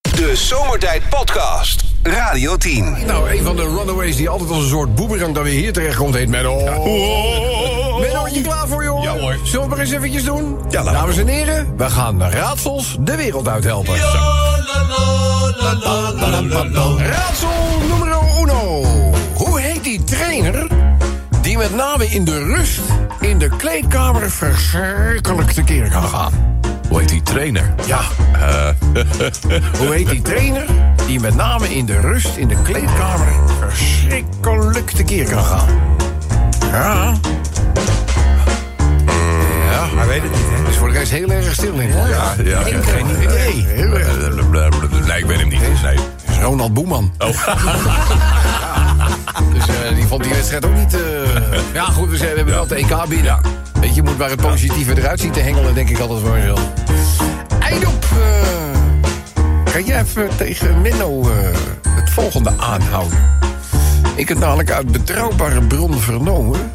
De Zomertijd Podcast. Radio 10. Nou, een van de runaways die altijd als een soort boemerang dan weer hier terechtkomt, heet Menno. Menno, ben je klaar voor, joh? Ja, hoor. Zullen we het maar eens eventjes doen? Ja, laat Dames en heren, we gaan de raadsels de wereld uithelpen. Raadsel nummer uno. Hoe heet die trainer die met name in de rust in de kleedkamer verschrikkelijk tekeer kan gaan? Hoe heet die trainer? Ja. Hoe heet die trainer die met name in de rust in de kleedkamer verschrikkelijk tekeer kan gaan? Ja. Ja, hij weet het niet, hè? Dus voor de rest heel erg stil in. Ja, ja, ja, geen idee. Nee, heel erg. Nee, ik weet hem niet. Nee. is Ronald Boeman. Dus eh, die vond die wedstrijd ook niet... eh, Ja, goed, we, zijn, we hebben wel de EK binnen. Weet je, je moet maar het positieve eruit zien te hengelen, denk ik altijd voor mezelf. Eindop, eh, kan jij even tegen Menno eh, het volgende aanhouden? Ik heb namelijk uit betrouwbare bron vernomen...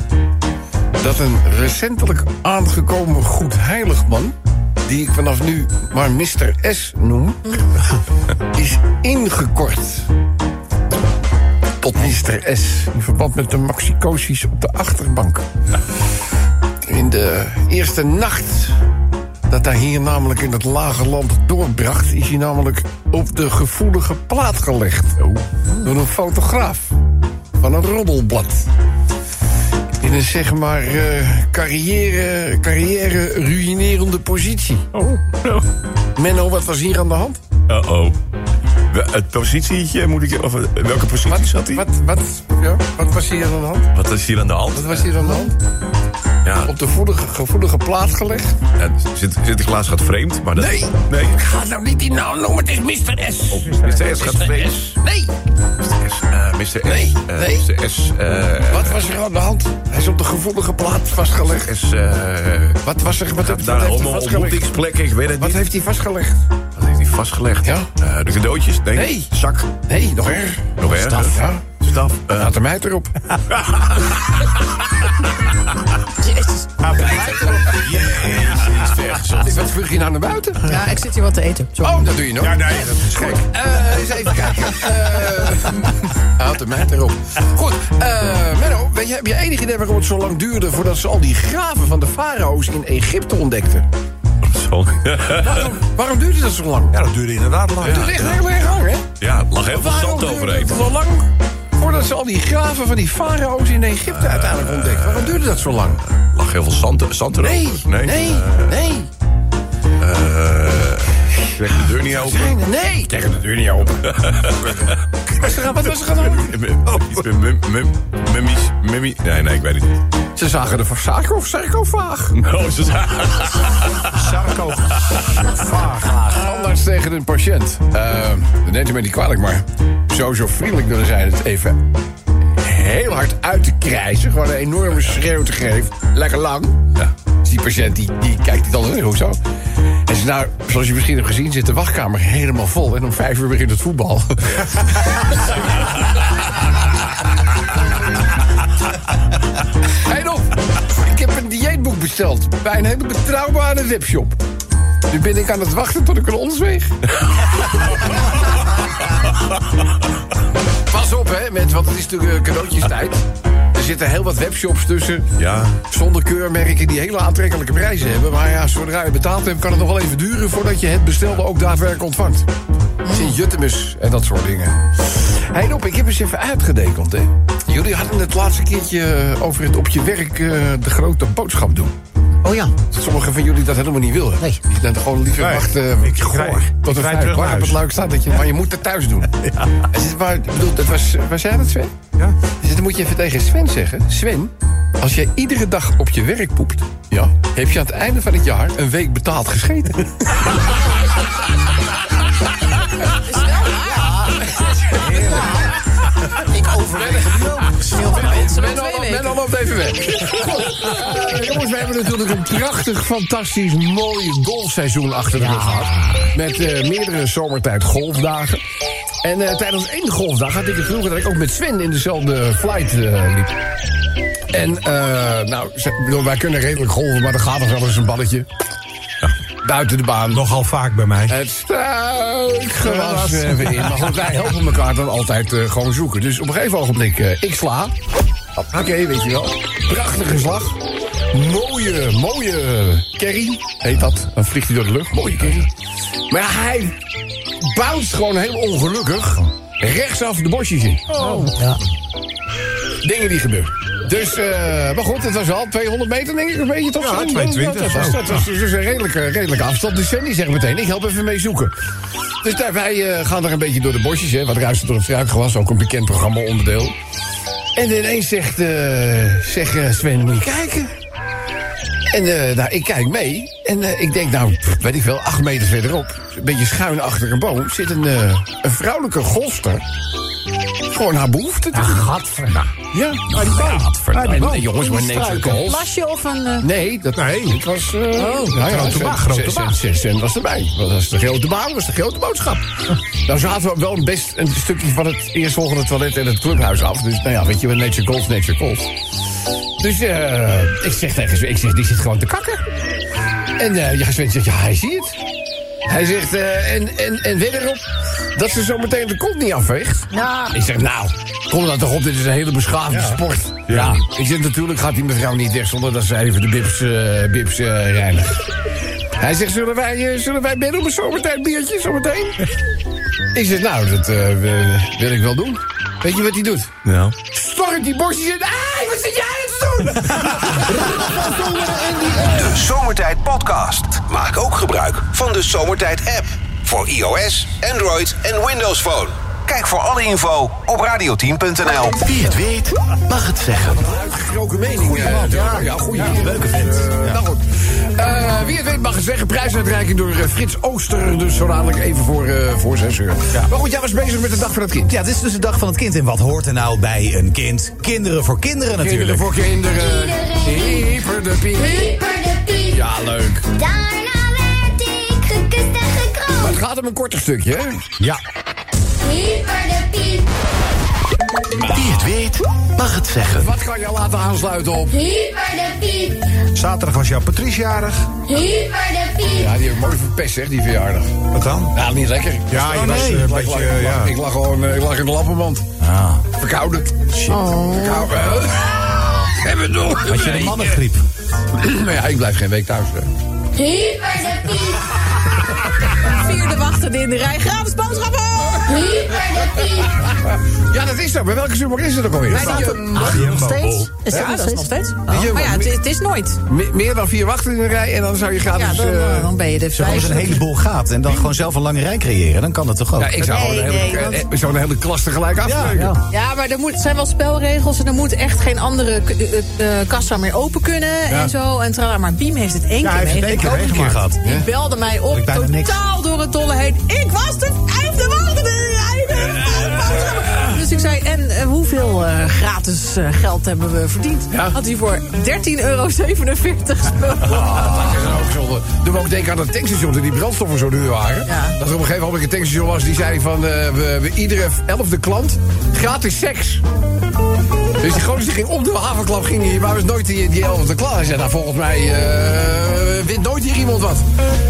dat een recentelijk aangekomen goed heiligman... die ik vanaf nu maar Mr. S noem... is ingekort tot Mr. S. In verband met de maxicosis op de achterbank. In de eerste nacht dat hij hier namelijk in het lage land doorbracht... is hij namelijk op de gevoelige plaat gelegd. Door een fotograaf van een roddelblad. In een zeg maar eh, carrière, carrière ruïnerende positie. Oh, oh. Menno, wat was hier aan de hand? Uh-oh. We- Het positietje moet ik... Of eh, welke positie zat hij? Wat, wat, ja, wat was hier aan de hand? Wat is hier aan de hand? Wat was hier aan de hand? Ja, Op de voelige, gevoelige plaat gelegd? ja, zit, zit de glaas gaat vreemd, maar dat... Nee. Nee. Ga nou niet die naam noemen, het is Mr. S. Mr. S gaat vreemd. Nee, Mr. S. eh, Mr. S. Nee, eh, nee. Mr. S. eh, wat was er aan de hand? Hij is op de gevoelige plaat vastgelegd. S. eh, Wat was er? Wat, heb- wat Daar heeft hij allemaal vastgelegd? ontmoetingsplekken, ik weet het Wat niet. heeft hij vastgelegd? Wat heeft hij vastgelegd? Ja. Eh, de cadeautjes? Nee. Nee. Zak? Nee, nog erger. Nog erger. Staf, ja. Staf? eh, Laat hem uit erop. Jezus. Jezus, zeg, zo. Wat vlug je nou naar buiten? Ja, ik zit hier wat te eten. Sorry. Oh, dat doe je nog. Ja, nee, dat is gek. Eh, eens even kijken. Eh, Haat de meid erop. Goed, eh Menno, weet je, heb je enig idee waarom het zo lang duurde... voordat ze al die graven van de farao's in Egypte ontdekten? Zo. Waarom duurde dat zo lang? Ja, dat duurde inderdaad lang. Dat ligt heel erg lang, hè? Ja, er lag heel veel Waarom zand duurde overheen. het zo lang voordat ze al die graven van die farao's in Egypte uiteindelijk ontdekten? Waarom duurde dat zo lang? Er lag heel veel zand, zand erover. Nee, nee, nee. Nee, Ik trek de deur niet open. nee. Tegen de deur niet open. Wat was er aan- Wat was er aan de hand? Iets met mum- mum- Mummies, mummy. Nee, nee, ik weet het niet. Ze zagen de sarco- sarcofaag. Oh, ze zagen- Anders tegen een patiënt. Eh, dat neemt u mij niet kwalijk, maar zo zo vriendelijk willen zijn het even heel hard uit te krijsen. Gewoon een enorme schreeuw te geven. Lekker lang. Ja. Dus die patiënt die, die kijkt niet altijd, "Hey, hoezo? En ze, nou, zoals je misschien hebt gezien, zit de wachtkamer helemaal vol. En om vijf uur begint het voetbal. hey Dolf, ik heb een dieetboek besteld bij een hele betrouwbare webshop. Nu ben ik aan het wachten tot ik een ons weeg. Pas op, hè, met, want het is natuurlijk eh, cadeautjestijd. Er zitten heel wat webshops tussen. Ja. Zonder keurmerken die hele aantrekkelijke prijzen hebben. Maar ja, zodra je betaald hebt, kan het nog wel even duren voordat je het bestelde ook daadwerkelijk ontvangt. Sint Juttemus en dat soort dingen. Hey Nop, ik heb eens even uitgedekeld, hè. Jullie hadden het laatste keertje over het op je werk eh, de grote boodschap doen. Oh ja. Dat sommigen van jullie dat helemaal niet willen. Nee. Je bent gewoon liever Nee, wachten ik goor, rijd- tot ik er rijd vijf terug klaar naar op het huis. luik staat. Dat je, Maar je moet het thuis doen. Ja. maar, ik bedoel, dat was, was jij dat, Sven? Ja. Dus dan moet je even tegen Sven zeggen... Sven, als jij iedere dag op je werk poept... Ja. heb je aan het einde van het jaar een week betaald gescheten. Ik overleg het nu ook. Scheelt een mensen met Ben twee al, ben weken. al op even weg. Goed. Eh, jongens, we hebben natuurlijk een prachtig, fantastisch, mooi golfseizoen achter de rug gehad. Met eh, meerdere zomertijd golfdagen. En eh, tijdens één golfdag had ik het vroeger dat ik ook met Sven in dezelfde flight eh, liep. En eh, nou, ze- ik bedoel, wij kunnen redelijk golven, maar er gaat nog wel eens een balletje. buiten de baan. Ah, Nogal vaak bij mij. Het struikgewas er even eh, in. Maar goed, wij helpen elkaar dan altijd eh, gewoon zoeken. Dus op een gegeven ogenblik, eh, ik sla. Oké, weet je wel. Prachtige slag. Mooie, mooie carry heet dat. Dan vliegt hij door de lucht. Mooie carry. Maar hij bouwt gewoon heel ongelukkig rechtsaf de bosjes in. Oh. Ja. Dingen die gebeuren. Dus, eh, maar goed, het was wel 200 meter, denk ik, een beetje toch? Ja, Zo'n- 220 Dat was, of zo. dat was dus een redelijke, redelijke afstand. Dus Sandy zegt meteen, ik help even mee zoeken. Dus daar, wij eh, gaan er een beetje door de bosjes, hè, wat ruist door het struikgewas. Ook een bekend programma-onderdeel. En ineens zegt, eh zegt eh, Sven, moet je kijken. En eh, nou, ik kijk mee. En eh, ik denk, nou, pff, weet ik wel, acht meter verderop... een beetje schuin achter een boom... zit een, eh, een vrouwelijke golster. Gewoon haar behoefte te doen. Nou, Ja, maar die boom. Gadverdamme. Nee, jongens, maar nee, voor golf. Lasje of een... eh, Nee, dat nee. Het was. eh nou ja, Oh, grote Sven- baan, grote Sven- baan. Sven- Sven was erbij. Dat was de grote baan, was de grote boodschap. nou zaten we wel een best een stukje van het eerstvolgende toilet en het clubhuis af. Dus nou ja, weet je, wel, nature golf, nature golf. Dus eh ik zeg tegen Sven, ik zeg, die zit gewoon te kakken. En eh ja, Sven zegt, ja, hij ziet het. Hij zegt, eh, en, en, en weer erop dat ze zo meteen de kont niet afveegt. Nou. Ik zeg, nou, kom dan toch op, dit is een hele beschaafde sport. Ja. ik zeg, natuurlijk gaat die mevrouw niet weg zonder dat ze even de bips, eh bips eh, reinigt. Hij zegt, zullen wij, eh, zullen wij bidden om een zomertijd biertje zometeen? ik zeg, nou, dat eh, wil- wil ik wel doen. Weet je wat hij doet? Nou. Stormt die borstjes in. Hé, wat zit jij aan het doen? De Zomertijd Podcast. Maak ook gebruik van de Zomertijd app. Voor iOS, Android en Windows Phone. Kijk voor alle info op radioteam.nl. Wie het weet, mag het zeggen. Uitgesproken mening. Goeie man, ja, ja, goeie man. Leuke vent. Nou goed. Eh, wie het weet mag het zeggen. Prijsuitreiking door eh, Frits Ooster. Dus zo dadelijk even voor, eh voor zes uur. Maar goed, jij was bezig met de dag van het kind. Ja, het is dus de dag van het kind. En wat hoort er nou bij een kind? Kinderen voor kinderen Kinderen natuurlijk. voor kinderen. Iedereen. Hyper de pie. Pieper de piep. Ja, leuk. Daarna werd ik gekust en Maar gekroond. het gaat om een korter stukje, hè? Ja. Pieper de piep. Wie het weet, mag het zeggen. Wat kan je laten aansluiten op? Pieper de piep. Zaterdag was jouw Patrice jarig. Pieper de piep. Ja, die heb ik mooi verpest, zeg, die verjaardag. Wat dan? Ja, niet lekker. Ja, je Oh, was, nee. eh, een Ik lag- beetje, ik lag- eh, ja. Ik lag gewoon eh, ik lag in de lappenmand. Ah. Verkouden. Shit. Verkouden. Heb het nog. Had je een mannengriep? Maar ja, ik blijf geen week thuis. eh. hè. Pieper de piep. Vierde wachtende in de rij. Gratis boodschappen! Pieper de piep. Ja, dat is zo. Bij welke super is het ook alweer? Bij de- Ah, Jumbo nog steeds? Bol. Is dat Ja, nog dat is steeds? nog Oh. Maar ja, het is, het is nooit. Me- meer dan vier wachten in de rij en dan zou je Ja, gratis... dan, eh, eh, dan ben je de Zo als een vijfde. heleboel gaat en dan gewoon zelf een lange rij creëren, dan kan dat toch ook? ja, ik zou gewoon Nee, een hele, nee, eh, want- ik zou een hele klas tegelijk ja, afspreken. ja. Ja, maar er moet, zijn wel spelregels en er moet echt geen andere k- eh, eh, kassa meer open kunnen en zo. En tralala. Maar Beam heeft het één Ja, hij keer heeft het één keer meegemaakt. meegemaakt. Die belde mij op, Ik bijna totaal niks. door het dolle heen. Ik was de vijfde wagen in de rij, de vijfde wagen. Dus ik zei, en eh, hoeveel eh, gratis eh, geld hebben we verdiend? Had hij voor 13,47 euro gespeeld. Dat is ook zonde. Doe me ook denken aan dat tankstation, toen die brandstoffen zo duur waren. Ja. Dat er op een gegeven moment een tankstation was die zei van... eh, we, we iedere elfde klant gratis seks. Dus die gozer die ging op de havenklap, ging hier, maar was nooit die, die elfde klant. Hij zei, nou volgens mij eh, wint nooit hier iemand wat.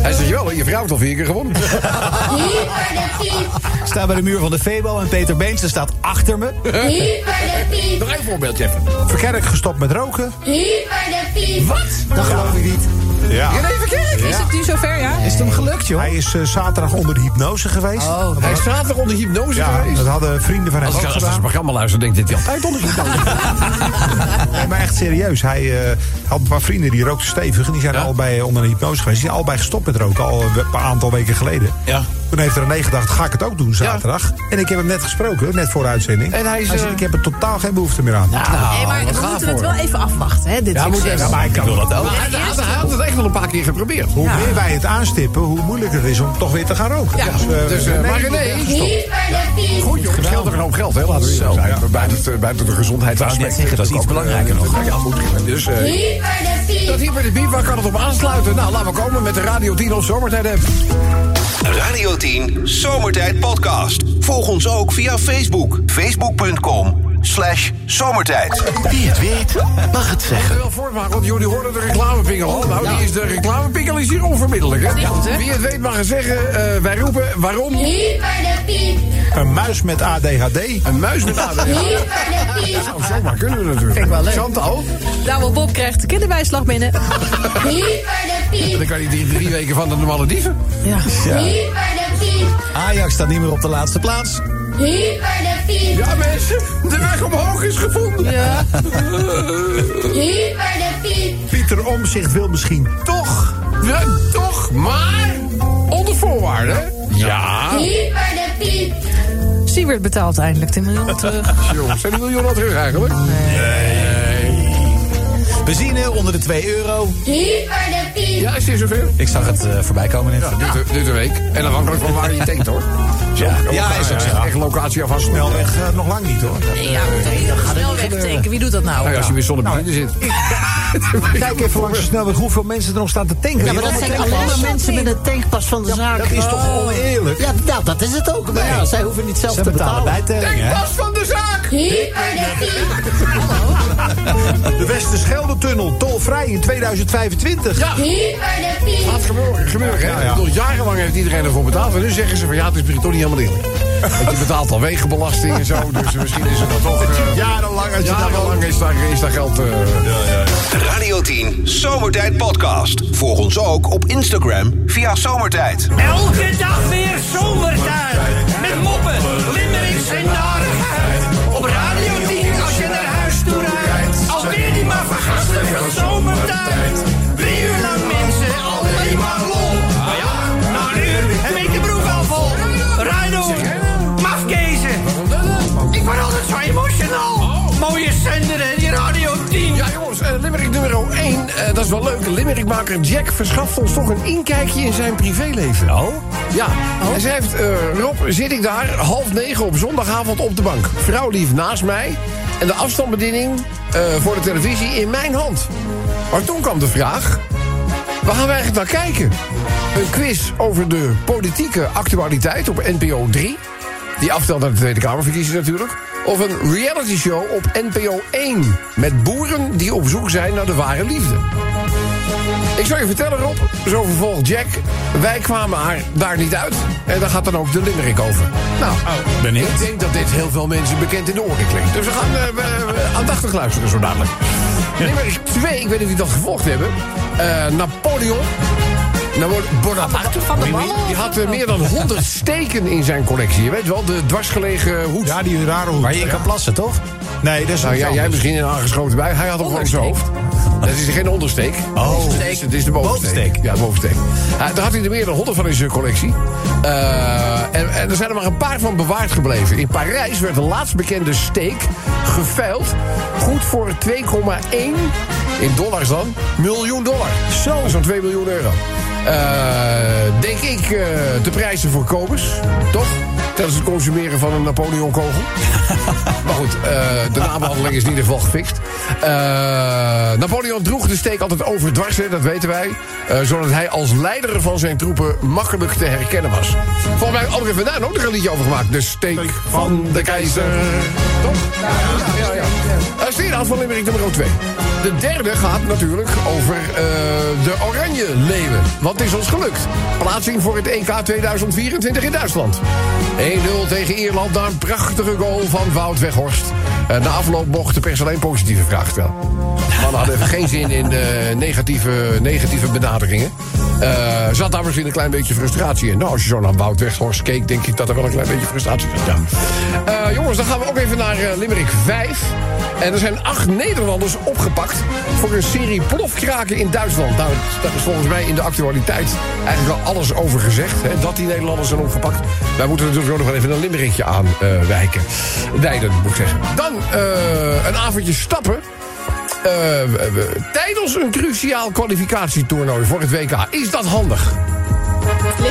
Hij zegt, jawel, je vrouw heeft al vier keer gewonnen. Pieper de piep. Ik sta bij de muur van de Febo en Peter Beense staat achter me. Pieper de piep. Nog een voorbeeldje even. Verkerk gestopt met roken. Pieper de piep. Wat? Dat geloof ik niet. Ja. René Verkerk, is het nu zover, ja? Is het hem gelukt, joh? Hij is eh, zaterdag onder de hypnose geweest. Oh, Hij staat er onder hypnose Ja, geweest. dat hadden vrienden van hem Als ik ook als ik zijn gedaan. programma luister, denkt dit hij altijd onder hypnose. Nee, maar echt serieus. Hij eh, had een paar vrienden die rookten stevig. En die zijn Ja. allebei onder de hypnose geweest. Die zijn allebei gestopt met roken. Al een paar aantal weken geleden. Ja. Toen heeft René gedacht, ga ik het ook doen zaterdag. En ik heb hem net gesproken, net voor de uitzending. En hij is, eh, zegt, ik heb er totaal geen behoefte meer aan. nee, maar wat we gaaf, moeten het hoor. wel even afwachten, hè, dit moet succes. even- maar ik kan wel dat ook. Maar hij had- hij had het echt wel een paar keer geprobeerd. Hoe meer wij het aanstippen, hoe moeilijker het is om toch weer te gaan roken. Ja, eh, dus, eh, maar ik ben René- echt gestopt. Pieper de piep. Goed, jongens, scheelt er een hoop geld, hè? Laten we eerlijk zijn. Buiten, het, eh, buiten de gezondheid. wou net zeggen, dat is iets belangrijker nog. eh, Ja, goed. Dus, eh, Pieper de dat piep. hier bij de bier, waar kan het op aansluiten? Nou, laten we komen met de Radio 10 of Zomertijd app. Radio 10 Zomertijd Podcast. Volg ons ook via Facebook. Facebook.com slash zomertijd. Wie het weet, mag het zeggen. Wel voortmaken, want jullie hoorden de reclamepingel al. Nou, die is, de reclamepingel is hier onvermiddelijk, hè? goed, hè? Wie het weet mag het zeggen, eh, wij roepen waarom Hyper de piep. Een muis met ADHD. een muis met ADHD. Hyper de piep. Nou, zomaar kunnen we natuurlijk. Vind ik wel leuk. Chantal, Douwe nou, Bob krijgt de kinderbijslag binnen. Hyper de piep. dan kan hij die drie weken van de normale dieven. Ja. Hyper de piep. Ajax staat niet meer op de laatste plaats. Hyper de piep. Ja, mensen, de weg omhoog is gevonden. Ja. Hyper de piep. Pieter Omzicht wil misschien. Toch, ja, toch, maar onder voorwaarden. Ja. Hyper de piep. Siewert betaalt eindelijk de miljoen terug. Jongens, zijn die miljoenen al terug eigenlijk? Benzine onder de 2 euro. Hyper de piep. Ja, is dit zoveel? Ik zag het eh, voorbij komen net. Dit, dit een week. En afhankelijk van waar je tankt, hoor. Ja, Ja, is ook zo. Echt locatie afhankelijk. Snelweg eh, nog lang niet hoor. Ja, snel wegtanken. Wie doet dat nou? Nou ja, als je weer zonder benzine zit. Kijk even langs de snelweg hoeveel mensen er nog staan te tanken. Ja, maar dat zijn allemaal mensen met een tankpas van de zaak. dat is toch oneerlijk? Ja, nou, dat is het ook. Maar ja, zij hoeven niet zelf Ze te betalen betalen. bijtelling, hè? Pas van de zaak! Hyper de piep. De Westerschelde-tunnel, tolvrij in 2025. Ja, Hyper de piep. Laat gebeuren, gebeuren hè? ja. Ik bedoel, jarenlang heeft iedereen ervoor betaald. En nu zeggen ze van ja, het is misschien toch niet helemaal eerlijk. Want je betaalt al wegenbelasting en zo. Dus misschien is het dan toch... eh, jarenlang als je daar wel... jarenlang is daar, is daar geld... eh, Radio 10 Zomertijd Podcast. Volg ons ook op Instagram via Zomertijd. Elke dag weer zomertijd. Met moppen, limmerings en narigheid. Op Radio 10 als je naar huis toe rijdt. Alweer die maar vergasten van zomertijd. Drie uur lang mensen, alleen maar lol. Maar ja, na een uur heb ik de broek al vol. Rijdel, mafkezen. Ik word altijd zo emotional. Mooie zender hè, die Radio 10. Ja jongens, eh, Limerick nummer 1. eh, dat is wel leuk. Limerickmaker Jack verschaft ons toch een inkijkje in zijn privéleven. Oh? Ja. Hij schrijft, eh, Rob, zit ik daar half negen op zondagavond op de bank. Vrouw lief naast mij en de afstandsbediening eh, voor de televisie in mijn hand. Maar toen kwam de vraag, waar gaan we eigenlijk naar kijken? Een quiz over de politieke actualiteit op NPO 3. Die aftelt naar de Tweede Kamerverkiezingen natuurlijk. Of een reality show op NPO 1. Met boeren die op zoek zijn naar de ware liefde. Ik zou je vertellen, Rob, zo vervolgt Jack. Wij kwamen haar daar niet uit. En daar gaat dan ook de limerick over. Nou, ben ik. denk dat dit heel veel mensen bekend in de oren klinkt. Dus we gaan eh, we- we aandachtig luisteren zo dadelijk. Limerick 2, ik weet niet of die dat gevolgd hebben. Eh, Napoleon. Nou, Bonaparte van de Wallen? Die had eh, meer dan 100 steken in zijn collectie. Je weet wel, de dwarsgelegen hoed. Ja, die rare hoek. Waar je in kan plassen, toch? Nee, dat is Nou iets ja, jij anders. misschien een aangeschoten bij. Hij had hem gewoon zo. Dat is geen ondersteek. Oh. Het is- het is de bovensteek. Bovensteek. Ja, de bovensteek. Eh, daar had hij er meer dan 100 van in zijn collectie. Eh, en, en er zijn er maar een paar van bewaard gebleven. In Parijs werd de laatst bekende steek geveild. Goed voor 2,1, in dollars dan, miljoen dollar. Zo. Zo'n 2 miljoen euro. Eh, denk ik eh, de prijzen voor kobus, toch? Tijdens het consumeren van een Napoleon-kogel. Maar goed, eh, de naamhandeling is in ieder geval gefixt. Eh, Napoleon droeg de steek altijd overdwars, hè, dat weten wij. eh, zodat hij als leider van zijn troepen makkelijk te herkennen was. Volgens mij had André van Duin ook er een liedje over gemaakt. De steek van de keizer. Toch? Ja, ja, ja. Eh, zie je dan van Limerick nummer 2. De derde gaat natuurlijk over eh, de Oranje Leeuwen. Want het is ons gelukt. Plaatsing voor het EK 2024 in Duitsland. 1-0 tegen Ierland na een prachtige goal van Wout Weghorst. Eh, na afloop mocht de pers alleen positieve vragen stellen. Mannen hadden even geen zin in eh, negatieve, negatieve benaderingen. Eh, zat daar misschien een klein beetje frustratie in. Nou, als je zo naar Wout Weghorst keek, denk ik dat er wel een klein beetje frustratie zit. Ja. Eh, jongens, dan gaan we ook even naar eh, Limerick 5. En er zijn acht Nederlanders opgepakt voor een serie plofkraken in Duitsland. Nou, daar is volgens mij in de actualiteit eigenlijk al alles over gezegd. Hè, dat die Nederlanders zijn opgepakt. Wij moeten natuurlijk ook nog wel even een Limerickje aan eh, wijken. Wijden, moet ik zeggen. Dan eh, een avondje stappen. Eh, we- we- tijdens een cruciaal kwalificatietoernooi voor het WK. Is dat handig?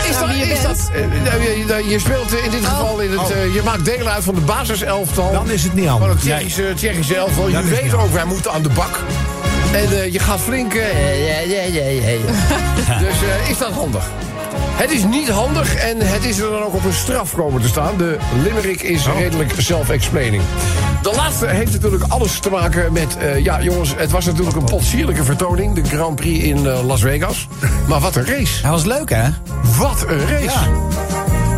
Is dat, wie je is bent. dat, eh, je- je, je speelt eh, in dit geval in het, eh, je maakt deel uit van de basiselftal. Oh. Dan is het niet van handig. het Tsjechische, Tsjechische elftal. Dat Je is niet weet ook, wij moeten aan de bak. En eh, je gaat flink. eh, eh, eh, eh, eh, eh. Dus eh, is dat handig? Het is niet handig en het is er dan ook op een straf komen te staan. De limerick is Oh. redelijk self-explaining. De laatste heeft natuurlijk alles te maken met... eh, ja, jongens, het was natuurlijk een potsierlijke vertoning. De Grand Prix in eh, Las Vegas. Maar wat een race. Hij was leuk, hè? Wat een race.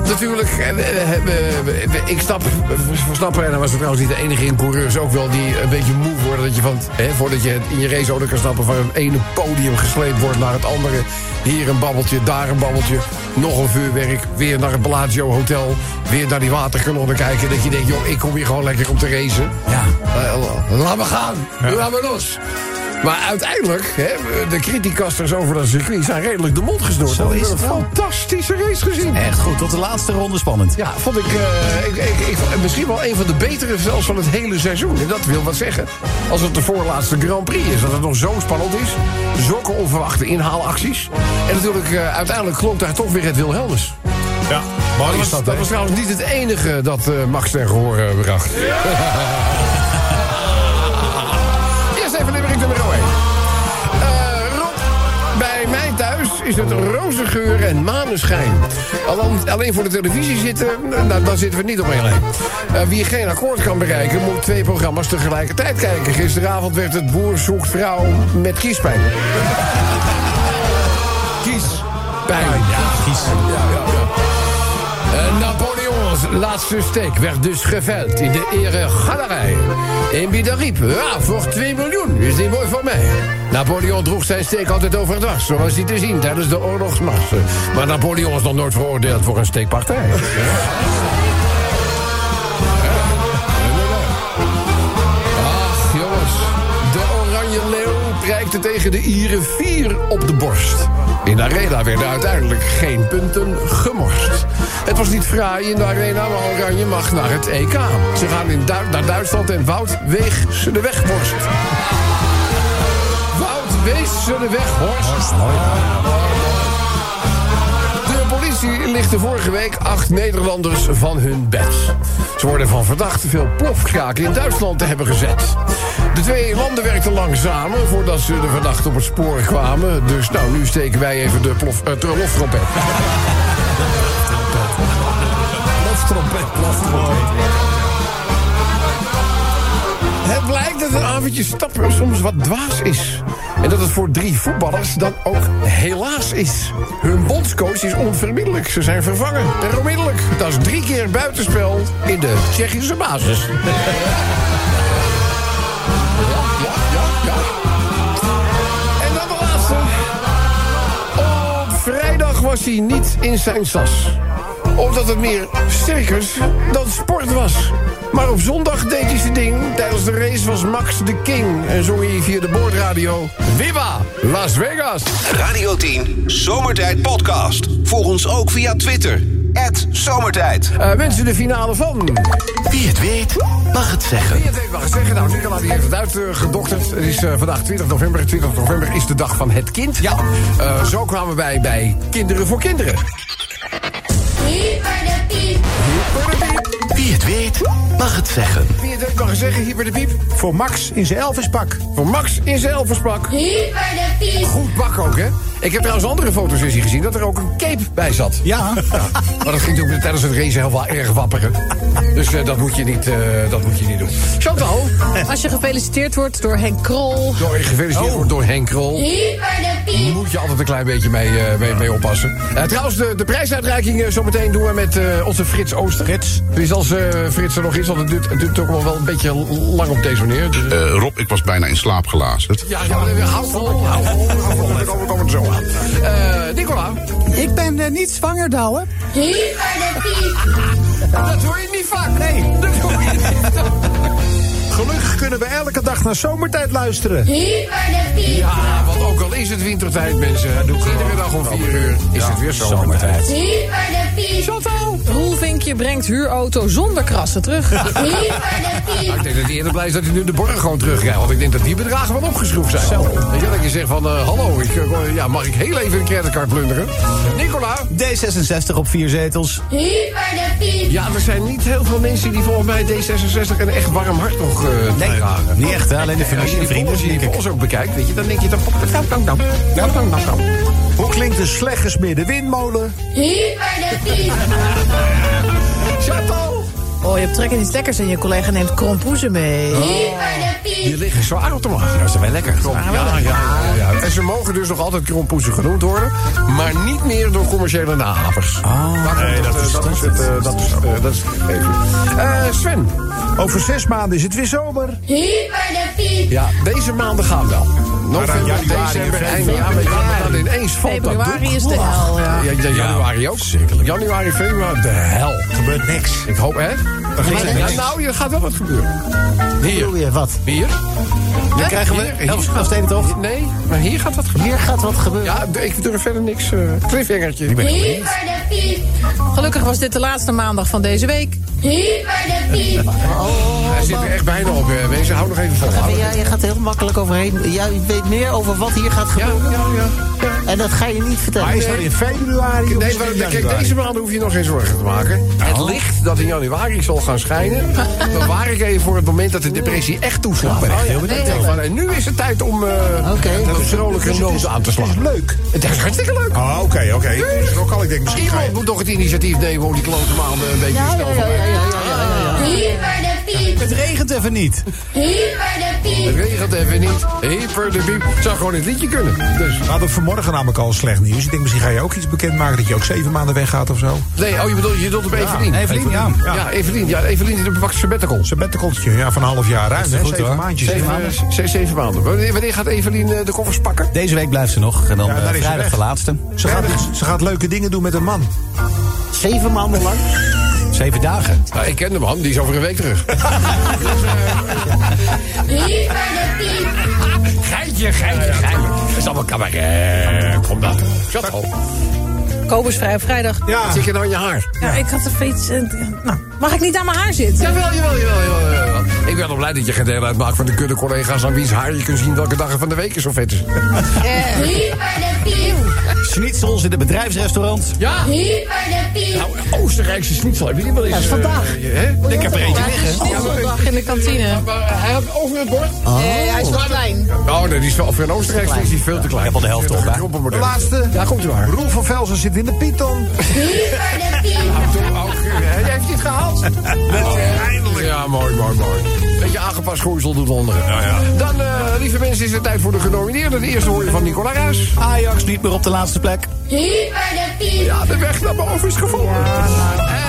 Natuurlijk, eh, eh, eh, eh, eh, ik snap, eh, Verstappen, en hij was er trouwens niet de enige in coureurs ook wel, die een beetje moe worden. Dat je van, hè, voordat je het in je race ook kan snappen, van het ene podium gesleept wordt naar het andere. Hier een babbeltje, daar een babbeltje, nog een vuurwerk, weer naar het Bellagio Hotel, weer naar die waterkanonnen kijken. Dat je denkt, joh, ik kom hier gewoon lekker om te racen. Ja. Eh, laat me gaan, laat me los. Maar uiteindelijk, hè, de criticasters over dat circuit zijn redelijk de mond gesnoerd. Zo Want we is hebben het wel. een fantastische race gezien. Echt goed, tot de laatste ronde spannend. Ja, vond ik, eh, ik, ik, ik vond- misschien wel een van de betere zelfs van het hele seizoen. En dat wil wat zeggen. Als het de voorlaatste Grand Prix is, dat het nog zo spannend is. Zulke onverwachte inhaalacties. En natuurlijk, eh, uiteindelijk klonk daar toch weer het Wilhelmus. Ja, Dat mooi was, is dat, dat, hè? was trouwens niet het enige dat eh, Max ten gehoor eh, bracht. Eerst even Limerick nummer 1. Eh, Rob, bij mij thuis is het roze geur en maneschijn. Alleen, alleen voor de televisie zitten, nou, dan zitten we niet op één lijn. Eh, wie geen akkoord kan bereiken, moet twee programma's tegelijkertijd kijken. Gisteravond werd het Boer zoekt vrouw met kiespijn. Kiespijn. Eh, Napoleons laatste steek werd dus geveld in de eregalerij. En Bieder riep, ja, voor 2 miljoen is die mooi voor mij. Napoleon droeg zijn steek altijd overdag, zoals hij te zien tijdens de oorlogsmarsen. Maar Napoleon is nog nooit veroordeeld voor een steekpartij. Ach, jongens. De Oranje Leeuw prijkte tegen de Ieren 4 op de borst. In de arena werden uiteindelijk geen punten gemorst. Het was niet fraai in de arena, maar Oranje mag naar het EK. Ze gaan in Du- naar Duitsland en Wout weeg ze de wegborst. Wout wees ze de weghorst. De politie lichtte vorige week acht Nederlanders van hun bed. Ze worden van verdacht veel plofkraken in Duitsland te hebben gezet. De twee landen werkten lang samen voordat ze de verdachte op het spoor kwamen. Dus nou, nu steken wij even de plof, eh, de loftrompet. Loftrompet, loftrompet. Het blijkt dat een avondje stappen soms wat dwaas is. En dat het voor drie voetballers dan ook helaas is. Hun bondscoach is onvermiddelijk. Ze zijn vervangen. En onmiddellijk. Dat is drie keer buitenspel in de Tsjechische basis. Ja, ja, ja, ja. En dan de laatste. Op vrijdag was hij niet in zijn sas. Omdat het meer circus dan sport was. Maar op zondag deed hij zijn ding. Tijdens de race was Max de king. En zong hij via de boordradio... Viva Las Vegas! Radio 10, Zomertijd Podcast. Volg ons ook via Twitter. Zomertijd. Eh wensen de finale van. Wie het weet, mag het zeggen. Wie het weet mag het zeggen. Nou, Nicola die heeft het uitgedokterd. Het is eh, vandaag 20 november. 20 november is de dag van het kind. Ja. zo kwamen wij bij Kinderen voor Kinderen. Hyper de piep. Wie het weet, mag het zeggen. Wie het weet mag het zeggen. Hier bij de piep. Voor Max in zijn Elvispak. Voor Max in zijn elferspak. Hyper de piep. Goed bak ook, hè? Ik heb trouwens andere foto's in gezien dat er ook een cape bij zat. Ja. Maar dat ging natuurlijk tijdens het race heel wa- erg wapperen. Dus eh, dat, moet je niet, eh, dat moet je niet doen. Chantal, Als je gefeliciteerd wordt door Henk Krol. door, gefeliciteerd wordt door Henk Krol. Hyper de piep. Moet je altijd een klein beetje mee, eh, mee, mee oppassen. Eh, trouwens, de, de prijsuitreiking eh, zometeen doen we met eh, onze Frits Ooster. Frits. Dus als eh, Frits er nog is, want het duurt, het duurt ook wel, wel een beetje lang op deze manier. Dus, Eh, Rob, ik was bijna in slaap gelazerd. ja, ja, eh, hou vol, hou vol, hou vol. Dan komen we het zo aan. Eh, Nicola, Ik ben eh, niet zwanger, Douwe. Hyper de piep. dat hoor je niet vaak. Nee. Dat hoor je niet Gelukkig kunnen we elke dag naar zomertijd luisteren. Hyper de piep. Ja, want ook al is het wintertijd, mensen. Doe ik iedere dag om 4 uur. Is het weer zomertijd. Hyper de piep. Roelvinkje brengt huurauto zonder krassen terug. Hyper de piep. Ik denk dat hij eerder blij is dat hij nu de borg gewoon terugkrijgt. Want ik denk dat die bedragen wel opgeschroefd zijn. Weet je, dat je zegt van, eh, hallo, ik, eh, ja, mag ik heel even een creditcard plunderen? Nicola? D66 op vier zetels. Hyper de piep. Ja, er zijn niet heel veel mensen die volgens mij D66 een echt warm hart nog eh, eh, bijdragen. niet echt, hè? Alleen de Nee, als familie je en die vrienden, pols- Als je die denk ik. pols ook bekijkt, weet je, dan denk je toch... Nou, nou, nou. Nou, nou, nou, nou. Hoe klinkt een slecht gesmeerde windmolen? Hyper de Piep. Chateau! Oh, je hebt trek in iets lekkers en je collega neemt krompoezen mee. Hyper de Die Piep. liggen zwaar op de maag. Nou, zijn wij lekker. Krom. Ja, ja, ja, ja. En ze mogen dus nog altijd krompoezen genoemd worden, maar niet meer door commerciële nahavers. Daar komt het, eh, dat is het, eh, dat is, eh, dat is het gegeven. Eh, Sven, Over zes maanden is het weer zomer. Hyper de Piep. ja, deze maanden gaan wel. November, januari, december, februari, einde jaar, weet je wel, maar dan ineens valt dat doek. Februari is de hel, ja. Ja, ja, januari ook. Januari, februari, de hel. Er gebeurt niks. Ik hoop, hè? gebeurt Ja, niks. nou, er gaat wel wat gebeuren. Hier. Doe je wat? Hier? Dan krijgen we Hier, Elf hier. Steden toch? Nee, maar hier gaat wat gebeuren. Hier gaat wat gebeuren. Ja, d- ik durf verder niks. eh cliffhangertje. Hyper de Piep. Gelukkig was dit de laatste maandag van deze week. Hyper de Piep. Hij zit er echt bijna op. eh, Wezen, hou nog even vol. Ja, Hou maar nog- jij, jij gaat er heel makkelijk overheen. Jij weet meer over wat hier gaat Ja, gebeuren. ja, ja. En dat ga je niet vertellen. Maar is dat in februari? Nee, maar kijk, deze maanden hoef je nog geen Nou? zorgen te maken. Het licht dat in januari zal gaan schijnen... dan waar ik even voor het moment dat de depressie echt toeslaat. echt heel benieuwd. Ik denk van, eh, nu is het tijd om eh Oké. een vrolijke noot aan te slaan. leuk. Het is hartstikke leuk. Oh, oké, oké. Ik schrok al. Ik denk, misschien ga Iemand je... moet toch het initiatief nemen om die klote maanden een beetje Ja, ja, snel ja, voorbij ja, te ja, ja, ja, ja. Hyper de Piep. Het regent even niet. Hyper de Piep. Het regent even niet. Hyper de piep. Zou gewoon het liedje kunnen. Dus. We hadden vanmorgen namelijk al slecht nieuws. Ik denk, misschien ga je ook iets bekendmaken dat je ook zeven maanden weggaat of zo. Nee, oh, je bedoelt, je doet op Evelien. Evelien, ja. Ja, Evelien. Ja, Evelien is de bepakte sabbatical. Sabbaticoltje, ja, van een half jaar ruim, hè? goed, Zeven hoor. maandjes. Zeven maanden. Zes, zeven maanden. Wanneer, wanneer gaat Evelien eh, de koffers pakken? Deze week blijft ze nog. En dan Ja, eh, daar is ze vrijdag weg. de laatste. Ze gaat, ze gaat leuke dingen doen met een man. Zeven maanden lang. Zeven dagen. Nou, ik ken de man, die is over een week terug. Hyper de Piep. Geitje, geitje, geitje. Dat is allemaal cabaret. Kom dan. Zat al. Kobus vrij op vrijdag. Wat zit je nou in je haar? Ja, ik had er iets. eh, Nou, mag ik niet aan mijn haar zitten? Jawel, jawel, jawel, jawel, jawel. Ik ben al blij dat je geen deel uitmaakt van de kudde collega's... aan wiens haar je kunt zien welke dagen van de week is of vet is. Hyper de Piep. Schnitzels in de bedrijfsrestaurant. Ja? Hyper de Piep. Nou, Oostenrijkse schnitzel. Heb je die wel eens... Dat is eh, vandaag. hè? Ik heb er eentje. Ja, het is zondag in de kantine. Maar hij had over het bord. Nee, hij is wel klein. Oh nee, die is wel, voor een Oostenrijkse is die veel te klein. Ik heb al de helft op, hè? De laatste. Daar komt u maar. Roel van Velsen zit in de Python. Hyper de Piep. Hij heeft dit gehaald. eindelijk. Ja, mooi, mooi, mooi. Beetje aangepast groeisel doet onderen. Dan, eh, lieve mensen, is het tijd voor de genomineerden. De eerste hoor je van Nicola Ruijs. Ajax niet meer op de laatste plek. Hyper de Piep. Ja, de weg naar boven is gevonden.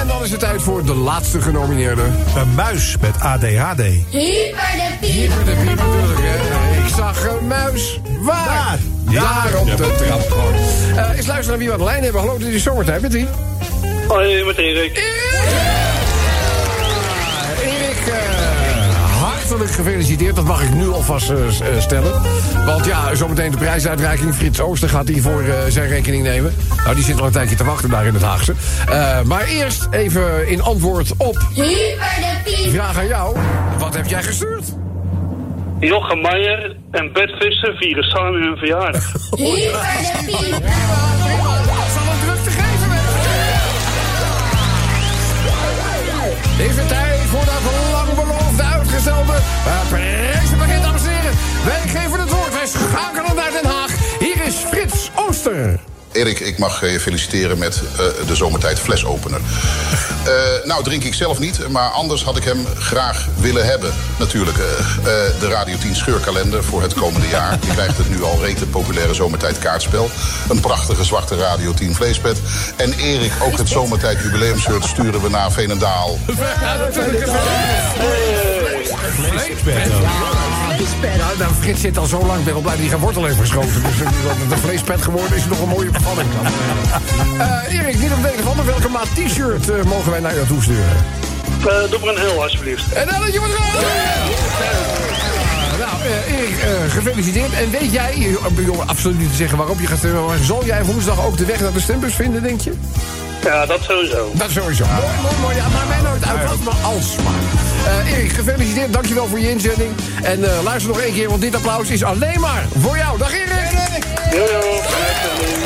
En dan is het tijd voor de laatste genomineerde. Een muis met ADHD. Hyper de Piep. Hier de piep natuurlijk, hè. Ik zag een muis. Waar? Daar, op de trap. gewoon. Eh eens luisteren naar wie we aan de lijn hebben. Hallo, dit is zomertijd. Met wie? Hoi, met Erik. Erik, eh, hartelijk gefeliciteerd. Dat mag ik nu alvast eh, s- eh, stellen. Want ja, zometeen de prijsuitreiking. Frits Ooster gaat die voor eh, zijn rekening nemen. Nou, die zit al een tijdje te wachten daar in het Haagse. Eh, maar eerst even in antwoord op Hyper de de Piep. vraag aan jou. Wat heb jij gestuurd? Jochem Meijer en Bert Visser vieren samen hun verjaardag. Hyper de Piep. Zal het druk te geven hebben? Even tijd voor dat langbeloofde uitgestelde eh, prijzen begint, dames en heren. Wij geven het woord, wij schakelen naar Den Haag. Hier is Frits Ooster. Erik, ik mag eh, je feliciteren met eh, de zomertijd flesopener. Eh, nou, drink ik zelf niet, maar anders had ik hem graag willen hebben. Natuurlijk, eh, eh, de Radio 10 scheurkalender voor het komende jaar. Je krijgt het nu al rete populaire zomertijd kaartspel. Een prachtige zwarte Radio 10 vleespet. En Erik, ook het zomertijd jubileumshirt sturen we naar Veenendaal. Ja, natuurlijk. Nou, nou, Frits zit al zo lang, ik ben al blij dat hij geen wortel heeft geschoten. Dus eh, dat het een vleespet geworden is nog een mooie bevalling. Eh Erik, niet op de een of ander, welke maat t-shirt eh, mogen wij naar jou toesturen? Eh doe maar een heel alsjeblieft. En dan dat je wat Nou, eh, Erik, eh, gefeliciteerd. En weet jij, eh, om- jongen, absoluut niet te zeggen waarop je gaat stemmen... maar zal jij woensdag ook de weg naar de stembus vinden, denk je? Ja, dat sowieso. Dat sowieso. Mooi, mooi, mooi. Ja, maar mij nooit uit. Wat maar als maar. Eh, Erik, gefeliciteerd. Dankjewel voor je inzending. En eh, luister nog één keer, want dit applaus is alleen maar voor jou. Dag Erik! Jojo, gelijk verder.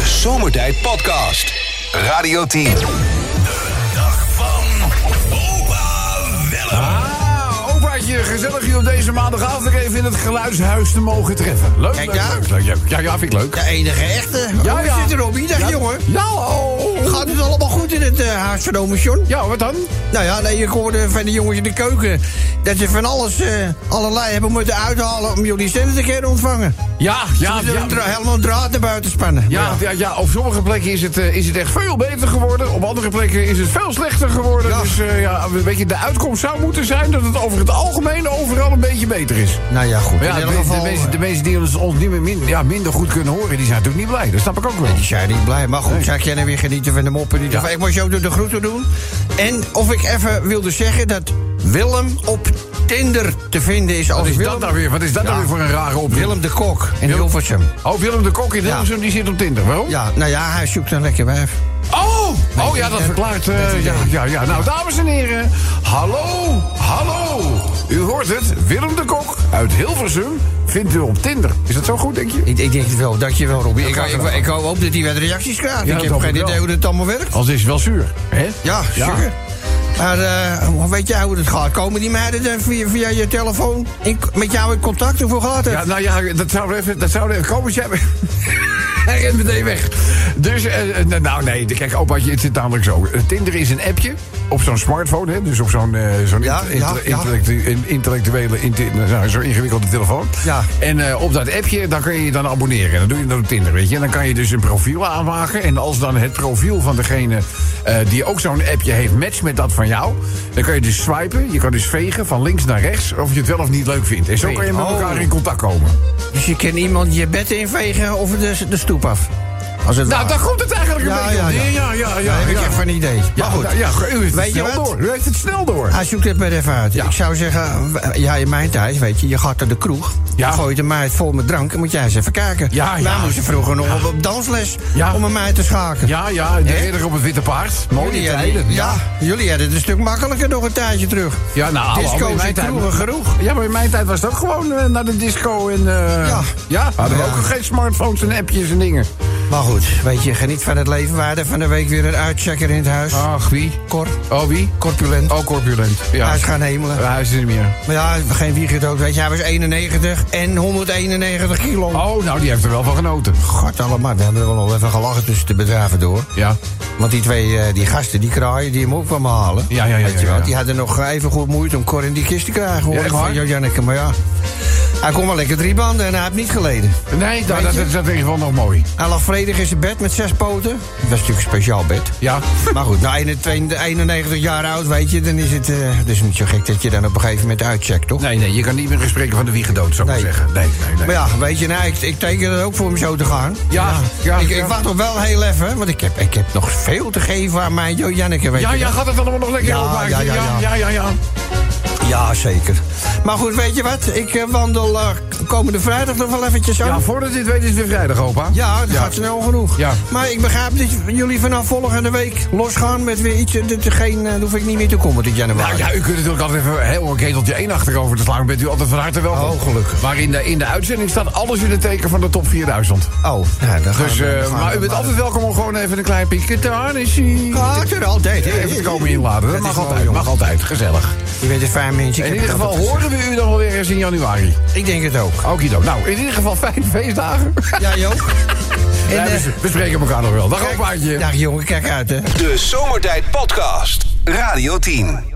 De Zomertijd Podcast. Radio 10. Ah, opa had je gezellig je op deze maandagavond even in het geluidshuis te mogen treffen. Leuk, Kijk leuk, daar. leuk, leuk, leuk. Ja, ja, vind ik leuk. De enige echte. Oh, Ja, ja. zit erop. Iedere Ja. dag, jongen. Ja, oh. Gaat het allemaal goed in het eh, huis van ome John? Ja, wat dan? Nou ja, nee, ik hoorde van de jongens in de keuken... dat ze van alles, eh, allerlei hebben moeten uithalen... om jullie zender te kunnen ontvangen. Ja, ja, Ze moeten ja. er helemaal een draad naar buiten spannen. Ja, ja, ja, op sommige plekken is het, eh, is het echt veel beter geworden. Op andere plekken is het veel slechter geworden. Dus eh, ja, weet je, de uitkomst zou moeten zijn dat het over het algemeen overal een beetje beter is. Nou ja, goed. Maar ja, in de, ieder me- geval, eh, de mensen, de mensen die ons, ons niet meer min- ja, minder goed kunnen horen, die zijn natuurlijk niet blij. Dat snap ik ook wel. Die zijn niet blij. Maar goed, zou ik jij nou weer genieten van de moppen? Niet? Ik moest jou de groeten doen. En of ik even wilde zeggen dat Willem op Tinder te vinden is. Als Wat is Willem... dat nou weer? Wat is dat nou weer voor een rare oproep? Willem de Kok in Willem- Hilversum. Oh, Willem de Kok in Ja. Hilversum, die zit op Tinder. Waarom? Ja, nou ja, hij zoekt een lekker wijf. Oh! Oh ja, dat idee. verklaart. eh, Met idee. ja, ja, ja. Nou, dames en heren. Hallo, hallo. U hoort het. Willem de Kok uit Hilversum vindt u op Tinder. Is dat zo goed, denk je? Ik, ik denk het wel. Dankjewel, Robbie. Ja, Ik, graag ik, ik, gedaan. ik hoop dat hij wat reacties krijgt. Ja, dat ik heb hoop geen ik wel. idee hoe dit allemaal werkt. Als is het wel zuur. Hè? Ja, Ja. zeker. Maar eh, weet jij hoe het gaat? Komen die meiden dan via, via je telefoon in, met jou in contact? Hoeveel gaat het? Ja, nou ja, dat zou er even, dat zou er even komen. Jij... Hij rent meteen weg. Dus, eh, eh, nou nee, kijk, opaatje, het zit namelijk zo. Eh, Tinder is een appje op zo'n smartphone, hè, dus op zo'n eh, zo'n Ja, int- ja, int- ja. intellectu- in- intellectuele, inti- nou, zo'n ingewikkelde telefoon. Ja. En eh, op dat appje, dan kun je je dan abonneren. Dan doe je dat op Tinder, weet je. En dan kan je dus een profiel aanmaken. En als dan het profiel van degene eh, die ook zo'n appje heeft matcht met dat van jou... dan kan je dus swipen, je kan dus vegen van links naar rechts... of je het wel of niet leuk vindt. En zo kan je met Oh. elkaar in contact komen. Dus je kan iemand je bed invegen of de, de stoep af. Als het Nou, ware. daar komt het eigenlijk een Ja, beetje op ja, neer. Ja, ja. ja, ja. Daar heb ik echt van idee. Maar Ja, goed. nou, ja, u heeft het Weet dus je snel wat? door. U heeft het snel door. Hij zoekt het maar even uit. Ja. Ik zou zeggen, w- ja, in mijn tijd, weet je, je gaat naar de kroeg. Ja. Ja. Gooit een meid vol met drank, dan moet jij eens even kijken. Ja, Wij ja. moesten vroeger nog op, op dansles Ja. om een meid te schaken. Ja, ja, de Hè? ridder op het witte paard. Mooi die Jullie tijden. hadden, ja, jullie hadden dus het een stuk makkelijker nog een tijdje terug. Ja, nou, hallo, Disco's maar in mijn en tijd- kroegen genoeg. Ja, maar in mijn tijd was het ook gewoon eh, naar de disco en... eh, Ja. Ja, hadden we Ja. ook geen smartphones en appjes en dingen. Maar goed, weet je, geniet van het leven. We hadden van de week weer een uitchecker in het huis. Ach, wie? Cor, Oh, wie? corpulent. Oh, corpulent. Ja. Hij is gaan hemelen. Ja, hij is er niet meer. Maar ja, geen wiegert ook, weet je. Hij was 91 en 191 kilo. Oh, nou, die heeft er wel van genoten. God allemaal, we hebben er wel al even gelachen tussen de bedrijven door. Ja. Want die twee eh, die gasten, die kraaien, die hem ook kwamen halen. Ja, ja, ja, Weet ja, je ja, wat? ja. Die hadden nog even goed moeite om Cor in die kist te krijgen. Hoor. Ja, echt ik van waar? jou, Janneke, maar ja. Hij kon wel lekker drie banden en hij heeft niet geleden. Nee, nou, Weet dat, je? dat is in ieder geval nog mooi. Hij lag vredig in zijn bed met zes poten. Dat is natuurlijk een speciaal bed. Ja. Maar goed, na 21 91 jaar oud, weet je, dan is het eh, dus niet zo gek dat je dan op een gegeven moment uitcheckt, toch? Nee, nee, je kan niet meer gesprekken van de wieg gedood, zou ik Nee. zeggen. Nee, nee, nee. Maar ja, weet je, nou, ik, ik teken er ook voor om zo te gaan. Ja, ja, ik, ja. ik wacht nog wel heel even, want ik heb, ik heb nog veel te geven aan mijn Jo Janneke, weet Ja, je. ja, wel. gaat het allemaal nog lekker Ja, opmaken? ja, ja, ja. ja, ja, ja. ja, zeker. Maar goed, weet je wat? Ik eh, wandel eh, komende vrijdag nog wel eventjes aan. Ja, Ja, voordat dit weet is het weer vrijdag, opa. dat gaat snel genoeg. Ja. Maar ik begrijp dat jullie vanaf volgende week losgaan met weer iets. eh, Dat, er geen, eh, daar hoef ik niet meer te komen dit januari. Nou ja, u kunt natuurlijk altijd even heel een keteltje één achterover te slaan. Bent u altijd van harte welkom. Oh, gelukkig. Maar in de, in de uitzending staat alles in het teken van de top 4000. Oh, ja, dan gaan Dus, we- eh, dan gaan maar we u bent maar- altijd welkom om gewoon even een klein piekje te harnessie. Gaat er altijd. hè? Even te komen inladen, dat Het is mag mooi, altijd, jongen. mag altijd, gezellig. Je bent een fijn mens. ik In heb ieder het geval altijd horen we u dan wel weer eens in januari. gezegd. Ik denk het ook. Okido. Nou, in ieder geval fijne feestdagen. Jij ook? Ja, En, eh, we, we spreken elkaar nog wel. Dag kijk- opaatje. Dag jongen, kijk uit hè. De Zomertijd Podcast. Radio 10.